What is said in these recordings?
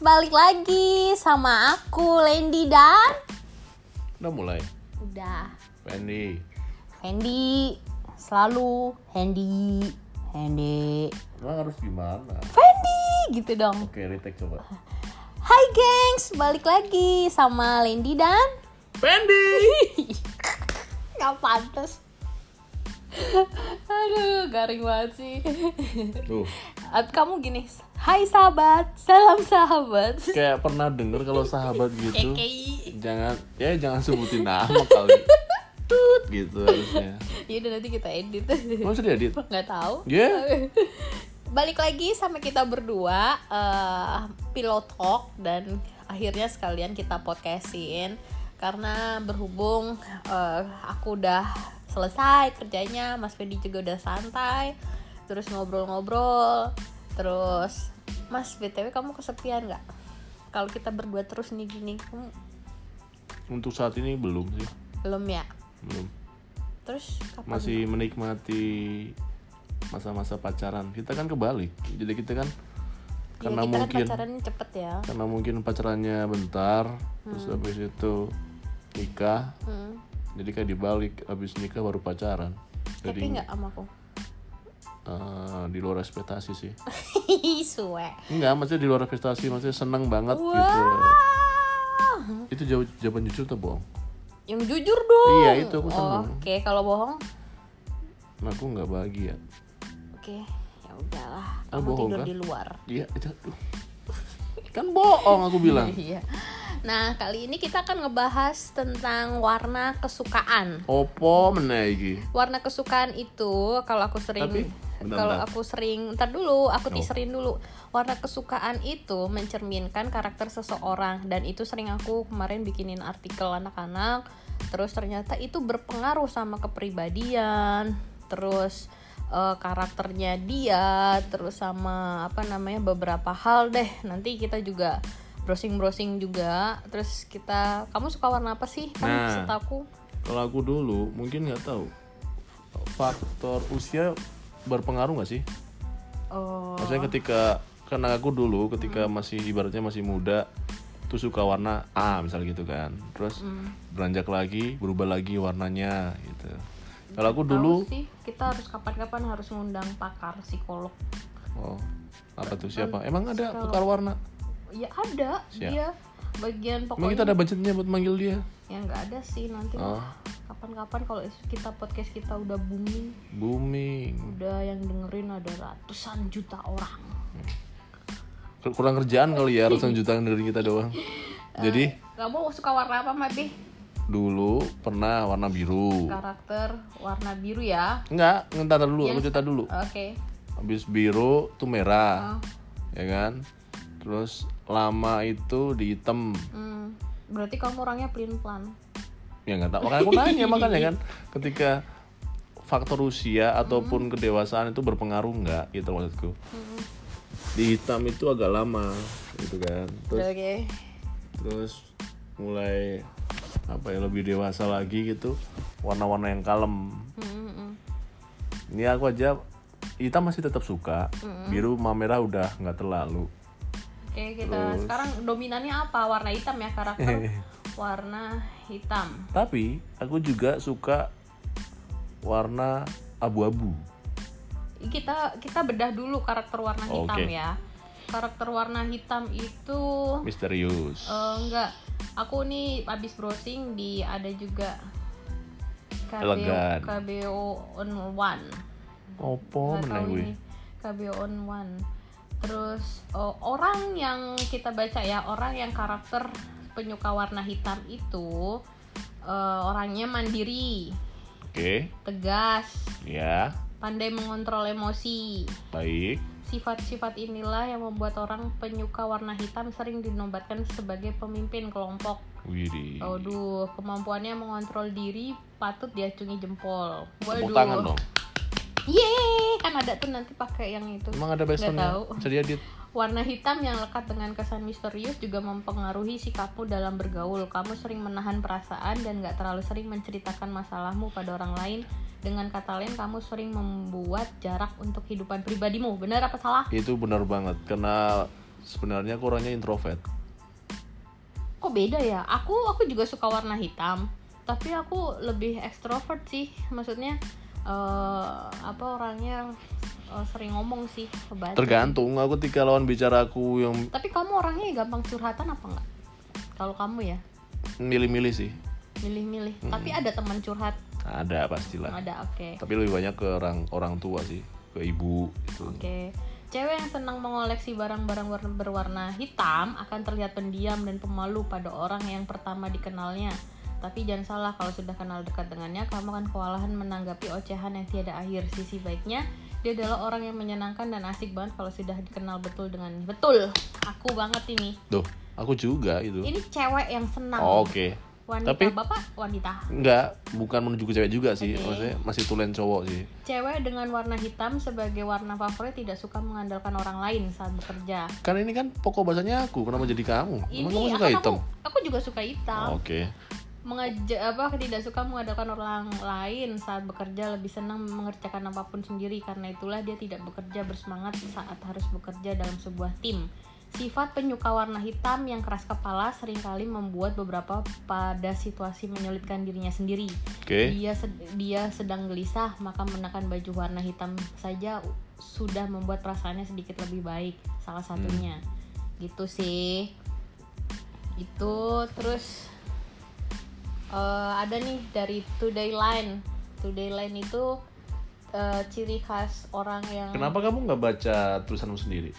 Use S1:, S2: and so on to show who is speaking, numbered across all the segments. S1: balik lagi sama aku Lendi dan
S2: Udah mulai.
S1: udah
S2: Randy.
S1: Fendi selalu Handy Handy
S2: Emang harus gimana?
S1: Fendi gitu dong.
S2: Oke, retake coba.
S1: Hai gengs, balik lagi sama Lendi dan
S2: Randy.
S1: nggak pantas. Aduh, garing banget sih.
S2: Tuh,
S1: At- Kamu gini, hai sahabat, salam sahabat.
S2: kayak pernah denger kalau sahabat gitu.
S1: KKI.
S2: Jangan ya jangan sebutin nama kali. Tut gitu harusnya.
S1: Yaudah nanti kita edit.
S2: Mau sudah edit?
S1: nggak tahu.
S2: Ya.
S1: balik lagi sama kita berdua eh pillow talk dan akhirnya sekalian kita podcastin karena berhubung eh, aku udah selesai kerjanya Mas Fendi juga udah santai terus ngobrol-ngobrol terus Mas btw kamu kesepian nggak kalau kita berdua terus nih gini kamu
S2: Untuk saat ini belum sih.
S1: belum ya
S2: Belum.
S1: terus kapan
S2: Masih menikmati masa-masa pacaran. Kita kan kebalik. Jadi kita kan
S1: Ya,
S2: karena
S1: kita
S2: mungkin
S1: kan pacarannya cepet ya
S2: karena mungkin pacarannya bentar, terus habis itu nikah,
S1: Hmm.
S2: jadi kayak dibalik habis nikah baru pacaran jadi
S1: happy nggak sama aku
S2: eh, di luar ekspektasi sih
S1: suwe
S2: enggak maksudnya di luar ekspektasi maksudnya seneng banget
S1: Wah.
S2: gitu itu jawab jawaban jujur atau bohong
S1: Yang jujur dong.
S2: Iya, itu aku seneng.
S1: Oke, kalau bohong,
S2: nah, aku nggak bahagia
S1: oke. Ya udahlah.
S2: Ah,
S1: Kamu
S2: bohong,
S1: tidur
S2: kan?
S1: di luar.
S2: iya itu aduh. kan bohong aku bilang
S1: Iya. Nah, kali ini kita akan ngebahas tentang warna kesukaan.
S2: opo meneh iki
S1: Warna kesukaan itu kalau aku sering
S2: Tapi, bentar,
S1: kalau
S2: bentar.
S1: aku sering ntar dulu, aku
S2: Oh.
S1: teaserin dulu. Warna kesukaan itu mencerminkan karakter seseorang dan itu sering aku kemarin bikinin artikel anak-anak. Terus ternyata itu berpengaruh sama kepribadian, terus eh, karakternya dia, terus sama apa namanya beberapa hal deh. Nanti kita juga browsing-browsing juga. Terus kita kamu suka warna apa sih? Kamu
S2: Nah.
S1: setahu
S2: kalau aku dulu mungkin nggak tahu faktor usia berpengaruh nggak sih
S1: Oh. Hmm.
S2: maksudnya ketika karena aku dulu ketika masih ibaratnya masih muda tuh suka warna A misal gitu kan terus
S1: Hmm.
S2: beranjak lagi berubah lagi warnanya gitu kalau aku dulu
S1: Tahu sih kita harus kapan-kapan harus ngundang pakar psikolog
S2: oh apa tuh siapa emang ada
S1: Psikolog.
S2: tukar warna
S1: ya ada
S2: Siap.
S1: dia bagian
S2: emang kita
S1: pokoknya
S2: ada budgetnya buat manggil dia
S1: ya nggak ada sih nanti
S2: oh
S1: kapan-kapan kalau is- kita podcast kita udah booming
S2: booming
S1: udah yang dengerin ada ratusan juta orang
S2: Kur- kurang kerjaan kali ya ratusan juta dari kita doang
S1: Eh.
S2: jadi
S1: kamu suka warna apa Mabi?
S2: dulu pernah warna biru
S1: karakter warna biru ya
S2: enggak ngentar dulu
S1: Iya.
S2: aku cerita dulu
S1: oke
S2: habis biru tuh merah
S1: Ah.
S2: ya kan terus lama itu di hitam
S1: Hmm, berarti kamu orangnya pelin pelan
S2: ya nggak tahu makanya aku nanya makanya kan ketika faktor usia ataupun kedewasaan itu berpengaruh nggak gitu maksudku di hitam itu agak lama gitu kan terus
S1: oke
S2: terus mulai apa ya lebih dewasa lagi gitu warna-warna yang kalem
S1: Hmm, hmm,
S2: ini aku aja hitam masih tetap suka biru sama merah udah nggak terlalu
S1: oke kita sekarang dominannya apa warna hitam ya karakter warna hitam
S2: Tapi aku juga suka warna abu-abu.
S1: kita kita bedah dulu karakter warna
S2: Oh,
S1: hitam
S2: oke.
S1: ya karakter warna hitam itu
S2: Misterius.
S1: eh, enggak aku nih abis browsing di ada juga KBO
S2: Elegan.
S1: KBO on one
S2: Opo
S1: Nggak
S2: meneh
S1: tahu
S2: gue.
S1: ini KBO on one terus eh, orang yang kita baca ya orang yang karakter penyuka warna hitam itu eh, orangnya mandiri
S2: Oke,
S1: tegas
S2: ya,
S1: pandai mengontrol emosi
S2: baik.
S1: Sifat-sifat inilah yang membuat orang penyuka warna hitam sering dinobatkan sebagai pemimpin kelompok.
S2: Widih.
S1: Oh, Aduh, kemampuannya mengontrol diri patut diacungi jempol.
S2: Tepuk tangan dong.
S1: Yeay, kan ada tuh nanti pakai yang itu.
S2: Emang ada
S1: Nggak
S2: bastonnya?
S1: tahu.
S2: Bisa diedit.
S1: Warna hitam yang lekat dengan kesan misterius juga mempengaruhi sikapmu dalam bergaul. Kamu sering menahan perasaan dan nggak terlalu sering menceritakan masalahmu pada orang lain. Dengan kata lain, kamu sering membuat jarak untuk kehidupan pribadimu. Benar apa salah?
S2: Itu benar banget karena sebenarnya aku orangnya introvert
S1: kok beda ya aku aku juga suka warna hitam tapi aku lebih ekstrovert sih maksudnya eh, apa orangnya eh, sering ngomong sih kebaca.
S2: tergantung aku ketika lawan bicara aku yang
S1: tapi kamu orangnya gampang curhatan apa enggak kalau kamu ya
S2: milih-milih sih
S1: milih-milih tapi ada teman curhat
S2: ada pastilah
S1: ada oke
S2: tapi lebih banyak ke orang orang tua sih ke ibu gitu
S1: Oke. Cewek yang senang mengoleksi barang-barang warna- berwarna hitam akan terlihat pendiam dan pemalu pada orang yang pertama dikenalnya. Tapi jangan salah kalau sudah kenal dekat dengannya, kamu akan kewalahan menanggapi ocehan yang tiada akhir. Sisi baiknya, dia adalah orang yang menyenangkan dan asik banget kalau sudah dikenal betul dengan betul. Aku banget ini.
S2: Duh, aku juga itu.
S1: Ini cewek yang senang.
S2: Oh, Oke.
S1: Wanita
S2: Tapi-
S1: bapak, wanita.
S2: Enggak, bukan menuju ke cewek juga sih.
S1: Oke.
S2: Maksudnya masih tulen cowok sih.
S1: Cewek dengan warna hitam sebagai warna favorit tidak suka mengandalkan orang lain saat bekerja.
S2: Kan ini kan pokok bahasanya aku, kenapa jadi kamu? Emang kamu
S1: ini
S2: suka
S1: akan
S2: hitam? Oh.
S1: Aku, aku juga suka hitam.
S2: Oke.
S1: Mengeja apa tidak suka mengadakan orang lain saat bekerja lebih senang mengerjakan apapun sendiri karena itulah dia tidak bekerja bersemangat saat harus bekerja dalam sebuah tim. Sifat penyuka warna hitam yang keras kepala seringkali membuat beberapa pada situasi menyulitkan dirinya sendiri.
S2: Oke.
S1: Dia sed- dia sedang gelisah maka mengenakan baju warna hitam saja sudah membuat perasaannya sedikit lebih baik salah satunya.
S2: Hmm.
S1: Gitu sih. Itu terus eh, ada nih dari Today Line. Today Line itu eh, ciri khas orang yang
S2: Kenapa kamu nggak baca tulisanmu sendiri?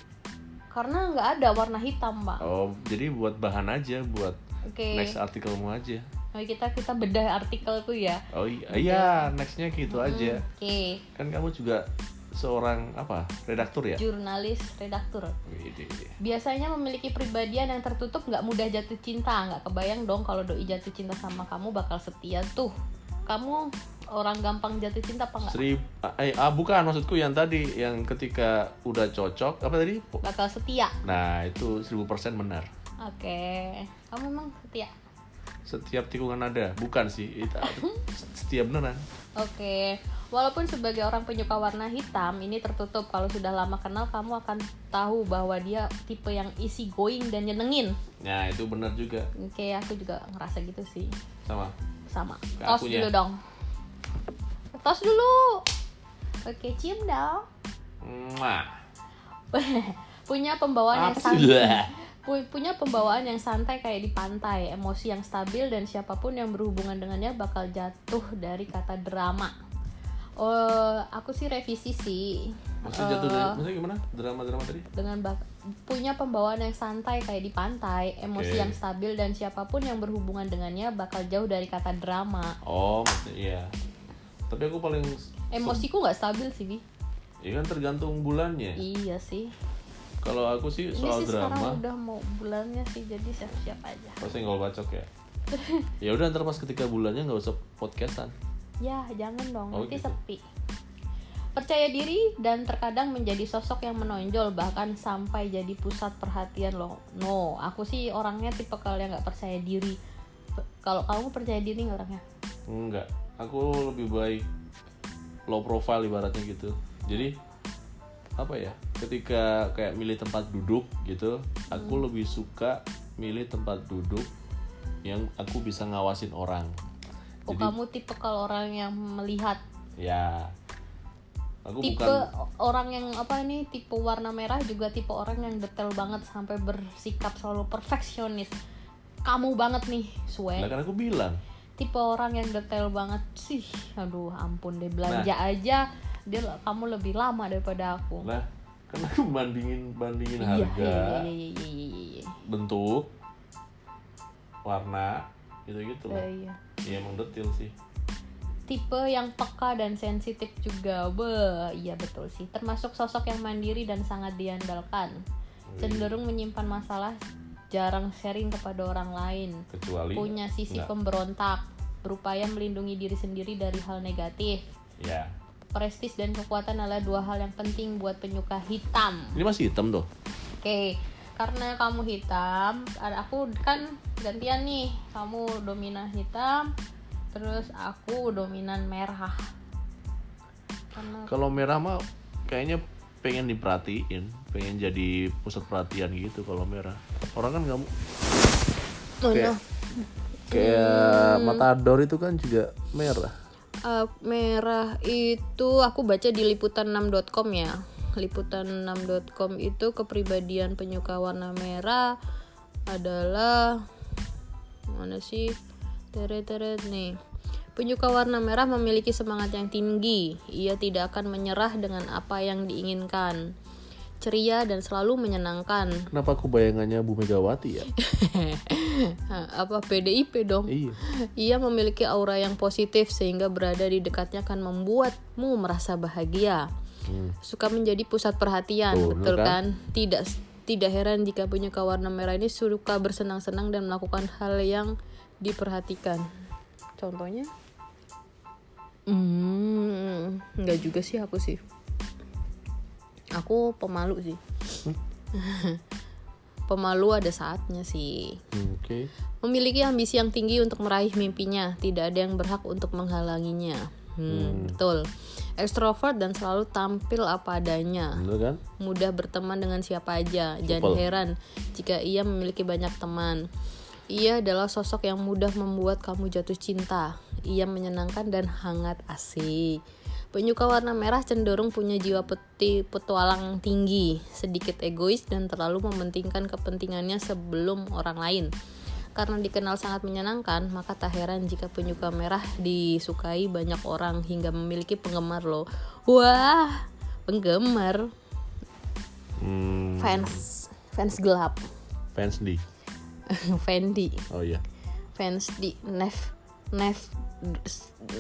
S1: karena nggak ada warna hitam, Pak.
S2: Oh, jadi buat bahan aja, buat
S1: Oke.
S2: next artikelmu aja.
S1: Mari kita kita bedah artikel tuh ya.
S2: Oh iya, iya nextnya gitu aja.
S1: Oke.
S2: Kan kamu juga seorang apa? Redaktur
S1: Iya.
S2: ya?
S1: Jurnalis redaktur.
S2: Wih,
S1: Biasanya memiliki pribadian yang tertutup nggak mudah jatuh cinta. Nggak kebayang dong kalau doi jatuh cinta sama kamu bakal setia tuh. Kamu orang gampang jatuh cinta apa nggak?
S2: Sri, eh, ah, bukan maksudku yang tadi yang ketika udah cocok apa tadi? Po-
S1: Bakal setia.
S2: Nah itu 1000% benar.
S1: Oke. Kamu emang setia.
S2: Setiap tikungan ada, bukan sih? Itu
S1: Hmm.
S2: setiap beneran.
S1: Oke, walaupun sebagai orang penyuka warna hitam ini tertutup kalau sudah lama kenal kamu akan tahu bahwa dia tipe yang easy going dan nyenengin.
S2: Nah itu benar juga
S1: Oke, aku juga ngerasa gitu sih.
S2: sama.
S1: Sama.
S2: Ke
S1: Tos dulu
S2: akunya.
S1: dong. Tos dulu. Oke, cium dong.
S2: Mwah.
S1: punya pembawaan yang
S2: Apa sih?
S1: santai. Pu- punya pembawaan yang santai kayak di pantai, emosi yang stabil dan siapapun yang berhubungan dengannya bakal jatuh dari kata drama. Oh, aku sih revisi sih.
S2: Maksudnya jatuh
S1: Eh.
S2: dari, maksudnya gimana? Drama-drama tadi?
S1: dengan bak- punya pembawaan yang santai kayak di pantai, emosi
S2: Oke.
S1: yang stabil dan siapapun yang berhubungan dengannya bakal jauh dari kata drama.
S2: Oh, maksudnya iya. Tapi aku paling
S1: Emosiku nggak stabil sih, Bi.
S2: Ya kan tergantung bulannya.
S1: Iya sih.
S2: Kalau aku sih
S1: Ini
S2: soal
S1: sih sekarang
S2: drama
S1: udah mau bulannya sih, jadi siap-siap aja.
S2: pasti nggak bacok ya. ya udah ntar pas ketika bulannya nggak usah podcastan.
S1: Ya, jangan dong,
S2: Oh,
S1: nanti
S2: gitu.
S1: sepi. Percaya diri dan terkadang menjadi sosok yang menonjol bahkan sampai jadi pusat perhatian loh. No, aku sih orangnya tipe kalau yang nggak percaya diri. Pe- Kalau kamu percaya diri nggak orangnya?
S2: Enggak, aku lebih baik low profile ibaratnya gitu. Jadi apa ya? Ketika kayak milih tempat duduk gitu, aku
S1: Hmm.
S2: lebih suka milih tempat duduk yang aku bisa ngawasin orang.
S1: Oh
S2: Jadi
S1: kamu tipe kalau orang yang melihat
S2: ya aku
S1: tipe
S2: bukan
S1: orang yang apa ini tipe warna merah juga tipe orang yang detail banget sampai bersikap selalu perfeksionis. Kamu banget nih,
S2: Lah
S1: Sue.
S2: kan aku bilang,
S1: Tipe orang yang detail banget sih. Aduh, ampun deh belanja aja dia kamu lebih lama daripada aku.
S2: lah kan aku bandingin bandingin
S1: Iya, iya,
S2: harga,
S1: iya, iya, iya, iya, iya.
S2: bentuk, warna gitu-gitu
S1: Eh,
S2: loh.
S1: iya.
S2: Ya emang detail sih.
S1: tipe yang peka dan sensitif juga. Be, iya betul sih. Termasuk sosok yang mandiri dan sangat diandalkan. Cenderung menyimpan masalah, jarang sharing kepada orang lain.
S2: Kecuali
S1: Punya sisi
S2: Nggak.
S1: pemberontak, berupaya melindungi diri sendiri dari hal negatif.
S2: ya
S1: Prestis dan kekuatan adalah dua hal yang penting buat penyuka hitam.
S2: Ini masih hitam tuh.
S1: Oke, karena kamu hitam, ada- aku kan gantian nih. Kamu dominan hitam, terus aku dominan merah. Karena
S2: Kalau merah mah kayaknya pengen diperhatiin pengen jadi pusat perhatian gitu kalau merah orang kan nggak mau kayak kayak matador itu kan juga merah
S1: Eh, merah itu aku baca di liputan6.com ya. Liputan6.com itu kepribadian penyuka warna merah adalah mana sih? Teret teret nih. Penyuka warna merah memiliki semangat yang tinggi. Ia tidak akan menyerah dengan apa yang diinginkan. Ceria dan selalu menyenangkan.
S2: kenapa aku bayangannya Bu Megawati ya
S1: apa PDIP dong?
S2: iya
S1: Ia memiliki aura yang positif sehingga berada di dekatnya akan membuatmu merasa bahagia.
S2: Hmm.
S1: Suka menjadi pusat perhatian,
S2: Tuh,
S1: betul
S2: bener
S1: kan? Tidak tidak heran jika punya warna merah ini suka bersenang-senang dan melakukan hal yang diperhatikan. Contohnya? Hmm, nggak juga sih aku sih. Aku pemalu sih. pemalu ada saatnya sih.
S2: Hmm, oke
S1: Memiliki ambisi yang tinggi untuk meraih mimpinya, tidak ada yang berhak untuk menghalanginya. Hmm, betul. Ekstrovert dan selalu tampil apa adanya.
S2: bener kan
S1: Mudah berteman dengan siapa aja. Jangan
S2: Supel.
S1: heran jika ia memiliki banyak teman. Ia adalah sosok yang mudah membuat kamu jatuh cinta. Ia menyenangkan dan hangat asik. Penyuka warna merah cenderung punya jiwa peti petualang tinggi, sedikit egois dan terlalu mementingkan kepentingannya sebelum orang lain. Karena dikenal sangat menyenangkan, maka tak heran jika penyuka merah disukai banyak orang hingga memiliki penggemar loh. Wah, penggemar
S2: hmm,
S1: fans fans gelap
S2: fans di
S1: Fendi
S2: oh iya
S1: fans di Nef Nef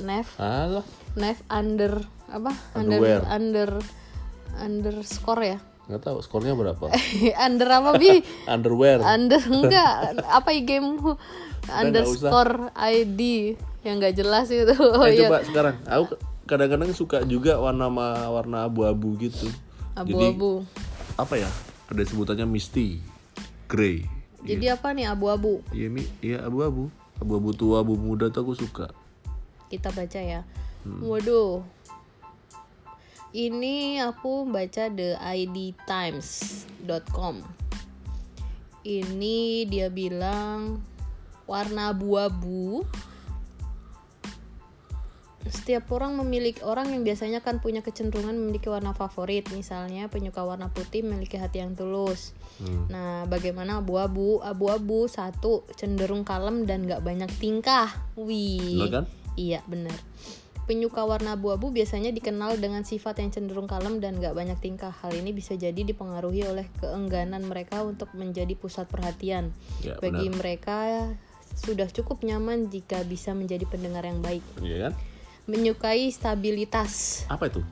S1: Nef
S2: alah
S1: Nef under apa
S2: Underwear.
S1: under under underscore ya
S2: nggak tahu skornya berapa
S1: under apa bi
S2: underwear
S1: under enggak apa gamemu underscore ID yang nggak jelas itu oh
S2: eh,
S1: iya
S2: coba sekarang aku ke- kadang-kadang suka juga warna ma- warna abu-abu gitu jadi
S1: abu-abu
S2: apa ya ada sebutannya misty gray
S1: jadi apa nih abu-abu
S2: iya mi iya abu-abu abu-abu tua abu muda tuh aku suka
S1: kita baca ya. Waduh. Ini aku baca the idtimes.com. Ini dia bilang warna abu-abu setiap orang memiliki orang yang biasanya kan punya kecenderungan memiliki warna favorit misalnya penyuka warna putih memiliki hati yang tulus
S2: Hmm.
S1: nah bagaimana abu-abu abu-abu satu cenderung kalem dan gak banyak tingkah wih
S2: Bener kan?
S1: iya benar penyuka warna abu-abu biasanya dikenal dengan sifat yang cenderung kalem dan gak banyak tingkah hal ini bisa jadi dipengaruhi oleh keengganan mereka untuk menjadi pusat perhatian
S2: Ya,
S1: bagi mereka sudah cukup nyaman jika bisa menjadi pendengar yang baik
S2: iya kan
S1: menyukai stabilitas
S2: apa itu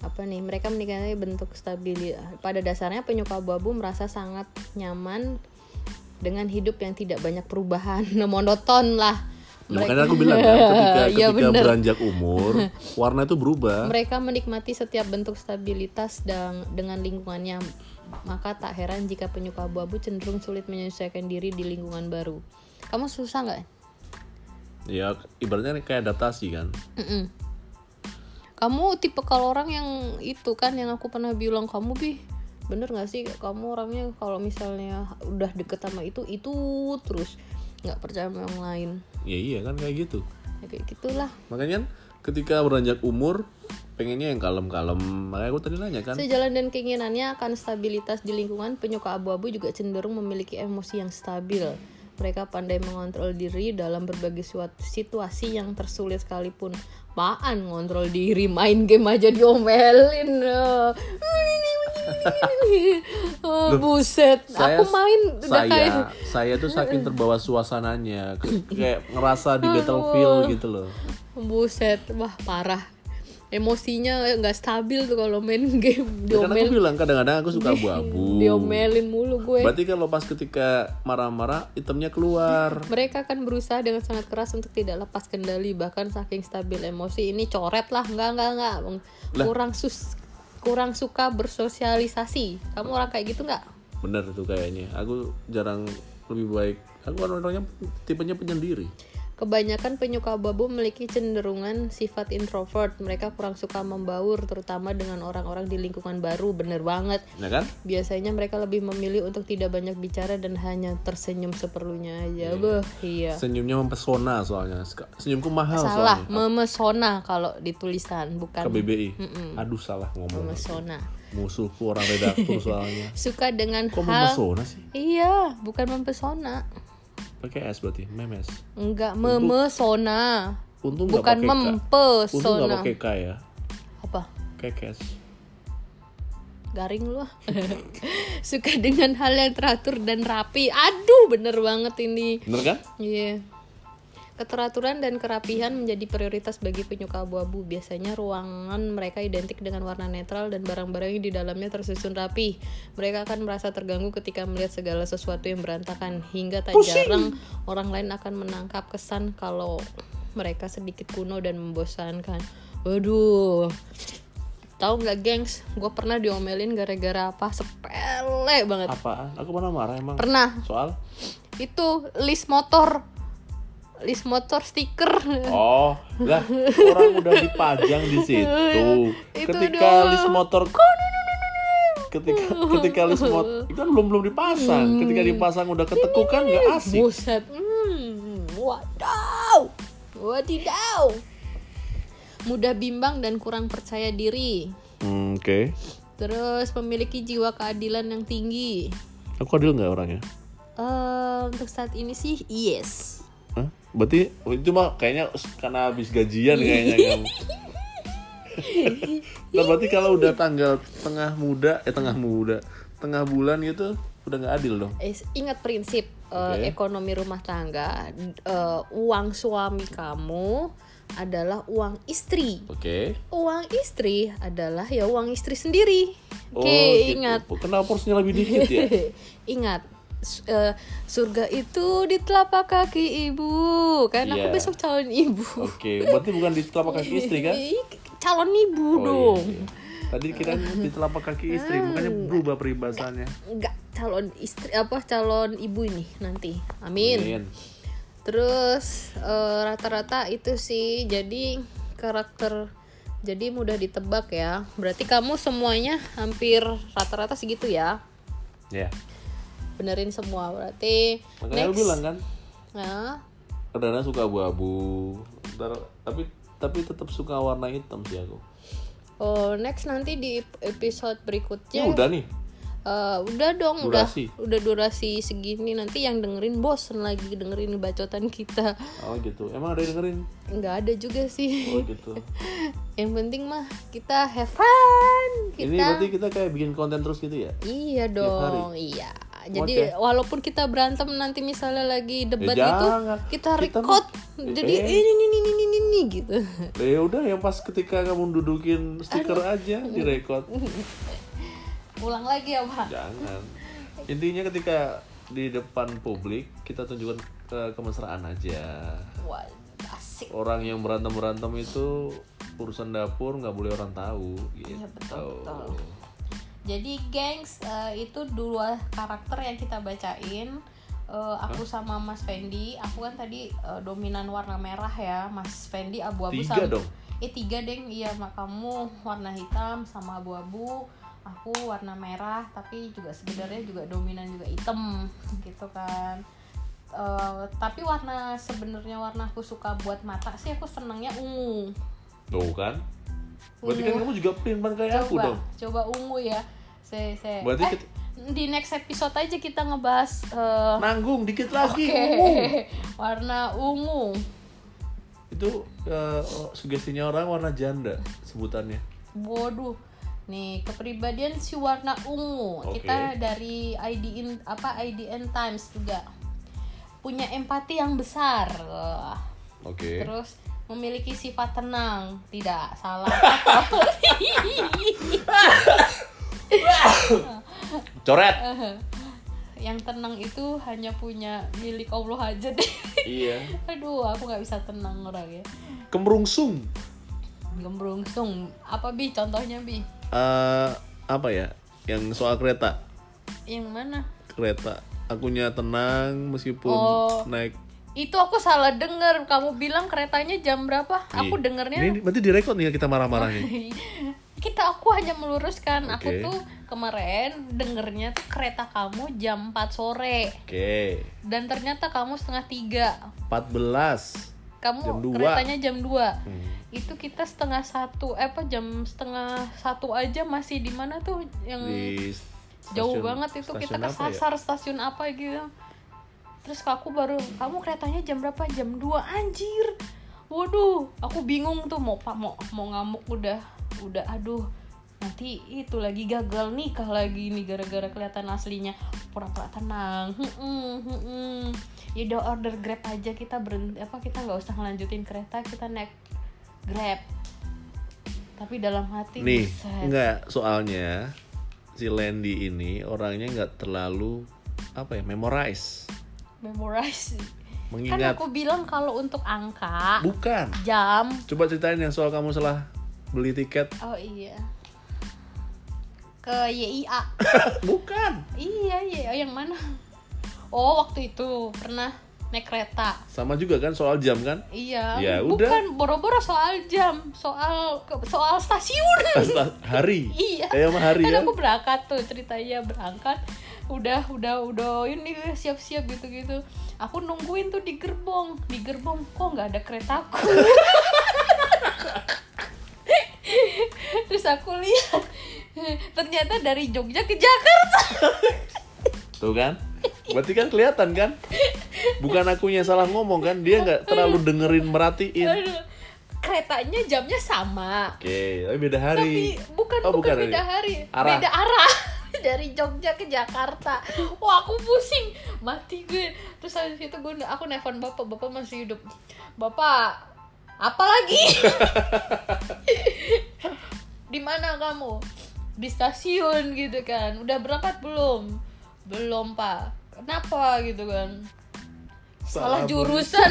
S1: apa nih mereka menikmati bentuk stabilitas pada dasarnya penyuka abu-abu merasa sangat nyaman dengan hidup yang tidak banyak perubahan Nah, monoton lah
S2: Ya, makanya aku bilang kan ketika
S1: Iya,
S2: ketika
S1: bener.
S2: beranjak umur warna itu berubah
S1: mereka menikmati setiap bentuk stabilitas dan dengan lingkungannya maka tak heran jika penyuka abu-abu cenderung sulit menyesuaikan diri di lingkungan baru kamu susah nggak
S2: ya ibaratnya kayak adaptasi kan
S1: Mm-mm. Kamu tipe kalau orang yang itu kan yang aku pernah bilang kamu bi bener gak sih kamu orangnya kalau misalnya udah deket sama itu itu terus nggak percaya sama yang lain
S2: ya iya kan kayak gitu
S1: ya, kayak gitulah
S2: makanya kan ketika beranjak umur pengennya yang kalem-kalem makanya aku tadi nanya kan
S1: sejalan dan keinginannya akan stabilitas di lingkungan penyuka abu-abu juga cenderung memiliki emosi yang stabil mereka pandai mengontrol diri dalam berbagai suat- situasi yang tersulit sekalipun Apaan ngontrol diri main game aja diomelin Eh, Eh, buset aku main udah
S2: saya
S1: kayak
S2: saya tuh saking terbawa suasananya ke- kayak ngerasa di battlefield gitu loh
S1: buset wah parah emosinya nggak stabil tuh kalau main game
S2: Ya kan aku
S1: diomelin
S2: bilang kadang-kadang aku suka abu-abu
S1: diomelin mulu gue
S2: berarti kalau pas ketika marah-marah itemnya keluar
S1: Mereka akan berusaha dengan sangat keras untuk tidak lepas kendali bahkan saking stabil emosi ini coret lah nggak nggak nggak kurang sus kurang suka bersosialisasi kamu orang kayak gitu nggak
S2: bener tuh kayaknya aku jarang lebih baik aku kan orangnya tipenya penyendiri
S1: Kebanyakan penyuka babu memiliki cenderungan sifat introvert. Mereka kurang suka membaur, terutama dengan orang-orang di lingkungan baru. Bener banget.
S2: ya kan
S1: Biasanya mereka lebih memilih untuk tidak banyak bicara dan hanya tersenyum seperlunya aja. Beuh, iya.
S2: senyumnya mempesona soalnya Sek- senyumku mahal
S1: Salah,
S2: soalnya
S1: memesona kalau di tulisan, bukan
S2: ke BBI aduh salah ngomong
S1: memesona.
S2: musuhku orang redaktur soalnya
S1: Suka dengan
S2: kok
S1: hal
S2: mempesona sih
S1: Iya, bukan mempesona.
S2: pakai S berarti memes
S1: Enggak memesona.
S2: untung
S1: Bukan
S2: nggak pakai K. untung nggak
S1: mempesona.
S2: pakai K ya
S1: Apa?
S2: kekes
S1: Garing lu ah. Suka dengan hal yang teratur dan rapi. Aduh, bener banget ini.
S2: bener kan
S1: Iya. Keteraturan dan kerapihan menjadi prioritas bagi penyuka abu-abu. Biasanya ruangan mereka identik dengan warna netral dan barang-barang yang di dalamnya tersusun rapi. Mereka akan merasa terganggu ketika melihat segala sesuatu yang berantakan hingga tak jarang orang lain akan menangkap kesan kalau mereka sedikit kuno dan membosankan. Waduh. Tahu nggak, gengs? Gue pernah diomelin gara-gara apa? Sepele banget.
S2: apaan aku pernah marah emang
S1: Pernah
S2: soal
S1: itu list motor list motor stiker
S2: oh lah orang udah dipajang di situ
S1: Iya, Itu
S2: ketika
S1: doang.
S2: list motor ketika ketika list motor itu kan belum belum dipasang
S1: Hmm.
S2: ketika dipasang udah ketekukan nggak asik
S1: buset hmm, wadaw wadidaw mudah bimbang dan kurang percaya diri
S2: Hmm, oke
S1: terus memiliki jiwa keadilan yang tinggi
S2: aku adil nggak orangnya
S1: Eh, untuk saat ini sih yes
S2: Hah? berarti itu mah kayaknya karena habis gajian kayaknya kan Nah, berarti kalau udah tanggal tengah muda eh tengah muda tengah bulan gitu udah nggak adil dong
S1: Eh, ingat prinsip eh,
S2: Oke.
S1: ekonomi rumah tangga Eh, uang suami kamu adalah uang istri
S2: oke
S1: uang istri adalah ya uang istri sendiri. Oke,
S2: gitu.
S1: ingat.
S2: Kenapa porsinya lebih dikit ya?
S1: ingat. Su- eh, surga itu di telapak kaki ibu. Kan aku
S2: Iya.
S1: besok calon ibu.
S2: Oke, berarti bukan di telapak kaki istri kan?
S1: Ih, calon ibu
S2: Oh, iya,
S1: dong.
S2: iya. Tadi kita di telapak kaki istri, makanya berubah peribahasannya.
S1: Enggak calon istri apa calon ibu ini nanti. Amin.
S2: Amin.
S1: Terus eh, rata-rata itu sih jadi karakter jadi mudah ditebak ya. Berarti kamu semuanya hampir rata-rata segitu ya.
S2: Ya.
S1: benerin semua berarti
S2: Makanya lu
S1: next
S2: bilang kan,
S1: Nah,
S2: kadang suka abu-abu. Ntar- tapi tapi tetap suka warna hitam sih aku.
S1: oh next nanti di episode berikutnya
S2: Ya udah nih.
S1: Eh, udah dong
S2: Durasi.
S1: udah udah durasi segini nanti yang dengerin bosen lagi dengerin bacotan kita
S2: Oh gitu. Emang ada yang dengerin?
S1: nggak ada juga sih
S2: Oh gitu.
S1: yang penting mah kita have fun kita
S2: Ini berarti kita kayak bikin konten terus gitu ya?
S1: iya dong iya
S2: Ngoceh.
S1: jadi walaupun kita berantem nanti misalnya lagi debat
S2: Ya,
S1: gitu
S2: jangan.
S1: kita
S2: Kita mah-
S1: record jadi
S2: Eh.
S1: ini ini ini ini ini gitu
S2: Eh, Ya udah yang pas ketika kamu dudukin stiker aja direkod.
S1: ulang lagi ya pak
S2: Jangan. Intinya ketika di depan publik kita tunjukkan ke- kemesraan aja.
S1: Wah, asik
S2: Orang yang berantem berantem itu urusan dapur nggak boleh orang tahu. Gitu.
S1: Iya, betul, betul. Jadi gengs eh, itu dua karakter yang kita bacain. Eh, aku sama Mas Fendi. Aku kan tadi eh, dominan warna merah ya. Mas Fendi abu-abu
S2: Tiga
S1: sama.
S2: dong.
S1: Eh tiga deng. Iya, mak kamu warna hitam sama abu-abu. Aku warna merah tapi juga sebenarnya juga dominan juga hitam gitu kan. Eh, tapi warna sebenarnya warna aku suka buat mata sih aku senangnya ungu.
S2: Tuh kan. Berarti kan kamu juga print ban kayak
S1: Iya.
S2: aku
S1: coba
S2: dong.
S1: coba ungu ya se se
S2: Berarti
S1: eh,
S2: kita-
S1: di next episode aja kita ngebahas eh,
S2: Nanggung dikit lagi. Uh,
S1: oke,
S2: ungu.
S1: warna ungu
S2: Itu eh, oh, sugestinya orang warna janda sebutannya.
S1: waduh nih kepribadian si warna ungu
S2: Oke.
S1: kita dari ID in apa IDN Times juga punya empati yang besar Wah.
S2: Oke.
S1: terus memiliki sifat tenang tidak salah
S2: Coret.
S1: Eh. yang tenang itu hanya punya milik Allah aja deh
S2: iya.
S1: Aduh, aku nggak bisa tenang ya. orangnya.
S2: Kemrungsung.
S1: Gembrungsung. Apa bi? Contohnya bi?
S2: Eh, apa ya? Yang soal kereta.
S1: Yang mana?
S2: kereta akunya tenang meskipun
S1: Oh.
S2: naik
S1: itu aku salah denger kamu bilang keretanya jam berapa aku
S2: Nih.
S1: dengernya
S2: Ini berarti direkod nih kita marah-marah nih.
S1: kita aku hanya meluruskan aku
S2: Oke.
S1: tuh kemarin dengernya tuh kereta kamu jam 4 sore
S2: Oke.
S1: dan ternyata kamu setengah tiga
S2: 14.
S1: kamu
S2: Jam dua.
S1: keretanya jam 2
S2: Hmm.
S1: itu kita setengah satu eh, apa jam setengah satu aja masih di mana tuh yang
S2: Di
S1: jauh
S2: stasiun-
S1: banget itu kita
S2: stasiun apa ya?
S1: kesasar stasiun apa gitu terus aku baru kamu keretanya jam berapa jam 2 anjir waduh aku bingung tuh mau pak mau mau ngamuk udah udah aduh nanti itu lagi gagal nikah lagi nih gara-gara kelihatan aslinya pura-pura tenang hmm ya udah order grab aja kita berhenti apa kita nggak usah ngelanjutin kereta kita naik grab tapi dalam hati
S2: Nih,
S1: buset.
S2: enggak soalnya si Lendi ini orangnya nggak terlalu apa ya memorize,
S1: memorize kan
S2: mengingat.
S1: aku bilang kalau untuk angka
S2: Bukan.
S1: jam
S2: Coba ceritain yang soal kamu salah beli tiket.
S1: oh iya ke YIA
S2: Bukan.
S1: iya iya yang mana oh waktu itu pernah naik kereta
S2: Sama juga kan soal jam kan?
S1: iya
S2: Ya udah.
S1: bukan boro-boro soal jam soal ke- soal stasiun
S2: Asta- hari.
S1: Hmm. Iya.
S2: Eh sama hari
S1: kan
S2: ya.
S1: aku berangkat tuh ceritanya berangkat udah udah udah ini siap-siap gitu-gitu aku nungguin tuh di gerbong di gerbong kok nggak ada keretaku terus aku lihat ternyata dari Jogja ke Jakarta
S2: Tuh kan? Berarti kan kelihatan kan? Bukan akunya salah ngomong kan? Dia nggak terlalu dengerin merhatiin.
S1: Aduh, keretanya jamnya sama
S2: Oke, tapi beda hari.
S1: tapi bukan
S2: Oh,
S1: bukan,
S2: bukan
S1: beda
S2: ini.
S1: hari
S2: Arah.
S1: beda arah dari Jogja ke Jakarta wah aku pusing mati gue terus habis itu gue aku nelfon bapak bapak masih hidup bapak apa lagi di mana kamu di stasiun gitu kan udah berangkat belum belum pak kenapa gitu kan salah
S2: beli.
S1: jurusan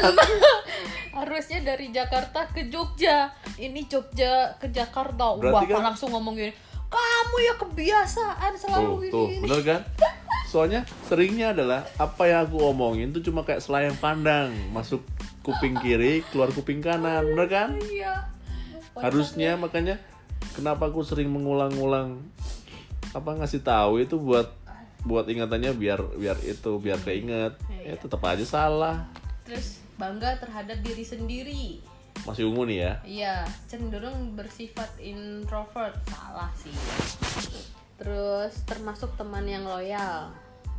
S1: harusnya dari Jakarta ke Jogja ini Jogja ke Jakarta wah
S2: Berarti kan-
S1: langsung ngomong gini kamu ya kebiasaan selalu
S2: Tuh,
S1: ini
S2: tuh,
S1: ini."
S2: bener kan? Soalnya seringnya adalah apa yang aku omongin tuh cuma kayak selayang pandang, masuk kuping kiri, keluar kuping kanan, bener kan?
S1: iya
S2: Harusnya makanya kenapa aku sering mengulang-ulang apa ngasih tahu itu buat buat ingatannya biar biar itu biar keinget
S1: Iya.
S2: ya tetap aja salah
S1: terus bangga terhadap diri sendiri
S2: masih ungu nih ya
S1: iya cenderung bersifat introvert salah sih terus termasuk teman yang loyal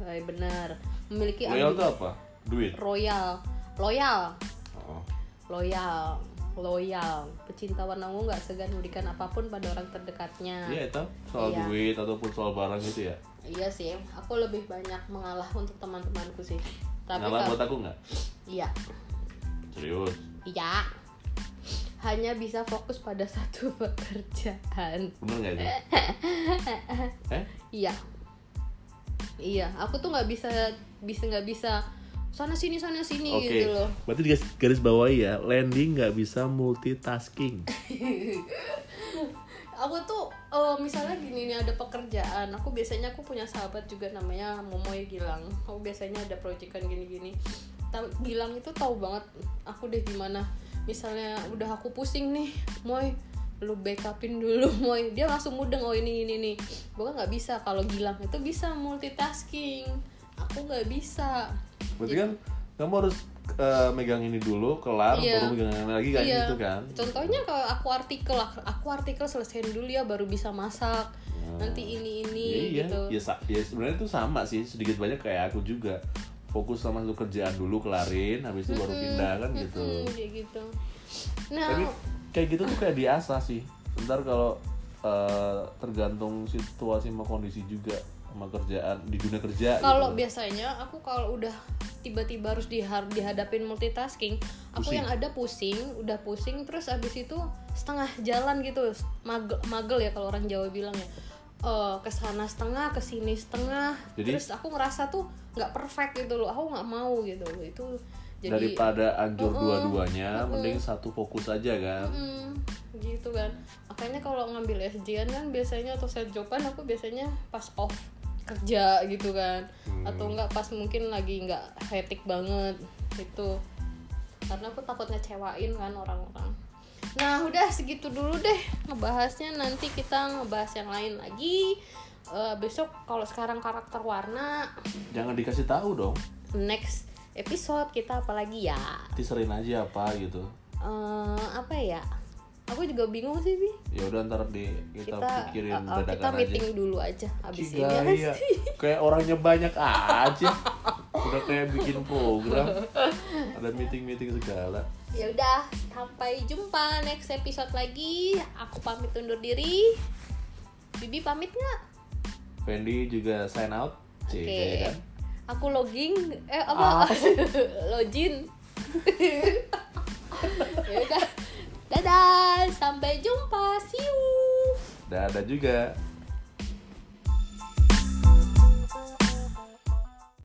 S1: Eh, benar memiliki
S2: loyal
S1: ambigu-
S2: tuh apa duit
S1: royal loyal
S2: Oh.
S1: loyal loyal pecinta warna ungu nggak segan memberikan apapun pada orang terdekatnya
S2: iya itu soal
S1: Nah. Iya.
S2: duit ataupun soal barang gitu ya
S1: iya sih aku lebih banyak mengalah untuk teman-temanku sih tapi kalau-
S2: ngalah buat aku nggak
S1: iya
S2: serius
S1: iya hanya bisa fokus pada satu pekerjaan
S2: bener nggak itu eh
S1: iya iya aku tuh nggak bisa bisa nggak bisa sana sini sana sini
S2: Oke,
S1: gitu loh
S2: berarti garis, garis bawahi ya, landing nggak bisa multitasking.
S1: aku tuh eh, misalnya gini nih ada pekerjaan aku biasanya aku punya sahabat juga namanya Momoy Gilang aku biasanya ada proyekan gini-gini Ta- Gilang itu tahu banget aku deh gimana misalnya udah aku pusing nih Moy lu backupin dulu Moy dia langsung mudeng oh ini ini nih gue kan nggak bisa kalau Gilang itu bisa multitasking aku nggak bisa
S2: Berarti kan kamu harus eh, megang ini dulu, kelar,
S1: Iya.
S2: baru megang yang lain lagi kayak
S1: Iya.
S2: gitu kan.
S1: Contohnya kalau aku artikel, aku artikel selesaiin dulu ya baru bisa masak. Nanti ini ini
S2: Nah. Iya, iya,
S1: gitu.
S2: ya, sa- ya sebenarnya itu sama sih, sedikit banyak kayak aku juga. Fokus sama satu kerjaan dulu, kelarin, habis itu baru pindah kan gitu.
S1: Mm-mm, kayak gitu. Nah,
S2: Tapi kayak gitu tuh kayak diasah sih. Sebentar kalau eh, tergantung situasi sama kondisi juga sama kerjaan di dunia kerja.
S1: kalau
S2: gitu.
S1: biasanya aku kalau udah tiba-tiba harus dihar- dihadapin multitasking, aku
S2: Pusing.
S1: yang ada pusing, udah pusing terus abis itu setengah jalan gitu, magel, magel ya kalau orang Jawa bilang ya. Eh, kesana setengah, kesini setengah.
S2: Jadi-
S1: terus aku ngerasa tuh nggak perfect gitu loh. Aku nggak mau gitu loh. Itu jadi
S2: daripada anjur
S1: Mm-mm.
S2: dua-duanya,
S1: Mm-mm.
S2: mending satu fokus aja kan.
S1: Mm, kan gitu kan makanya kalau ngambil SJN kan biasanya atau set joban aku biasanya kan pas off kerja gitu kan atau enggak pas mungkin lagi enggak hektik banget gitu karena aku takut ngecewain kan orang-orang nah udah segitu dulu deh ngebahasnya nanti kita ngebahas yang lain lagi Eh, besok kalau sekarang karakter warna
S2: Jangan dikasih tahu dong.
S1: next episode kita apa lagi ya
S2: Teaserin aja apa gitu.
S1: Eh, apa ya aku juga bingung sih Bi.
S2: Ya udah ntar di kita,
S1: kita
S2: pikirin
S1: eh, eh, kita
S2: dadakan
S1: meeting
S2: aja.
S1: dulu aja abis
S2: Ciga,
S1: ini ya.
S2: iya. Kayak orangnya banyak aja. Udah kayak bikin program. Ada meeting-meeting segala.
S1: ya udah sampai jumpa next episode lagi aku pamit undur diri bibi pamit nggak
S2: Fendi juga sign out. Cik,
S1: oke
S2: ya kan?
S1: aku logging eh apa,
S2: Apa
S1: login ya udah dadah sampai jumpa see you
S2: Dan ada juga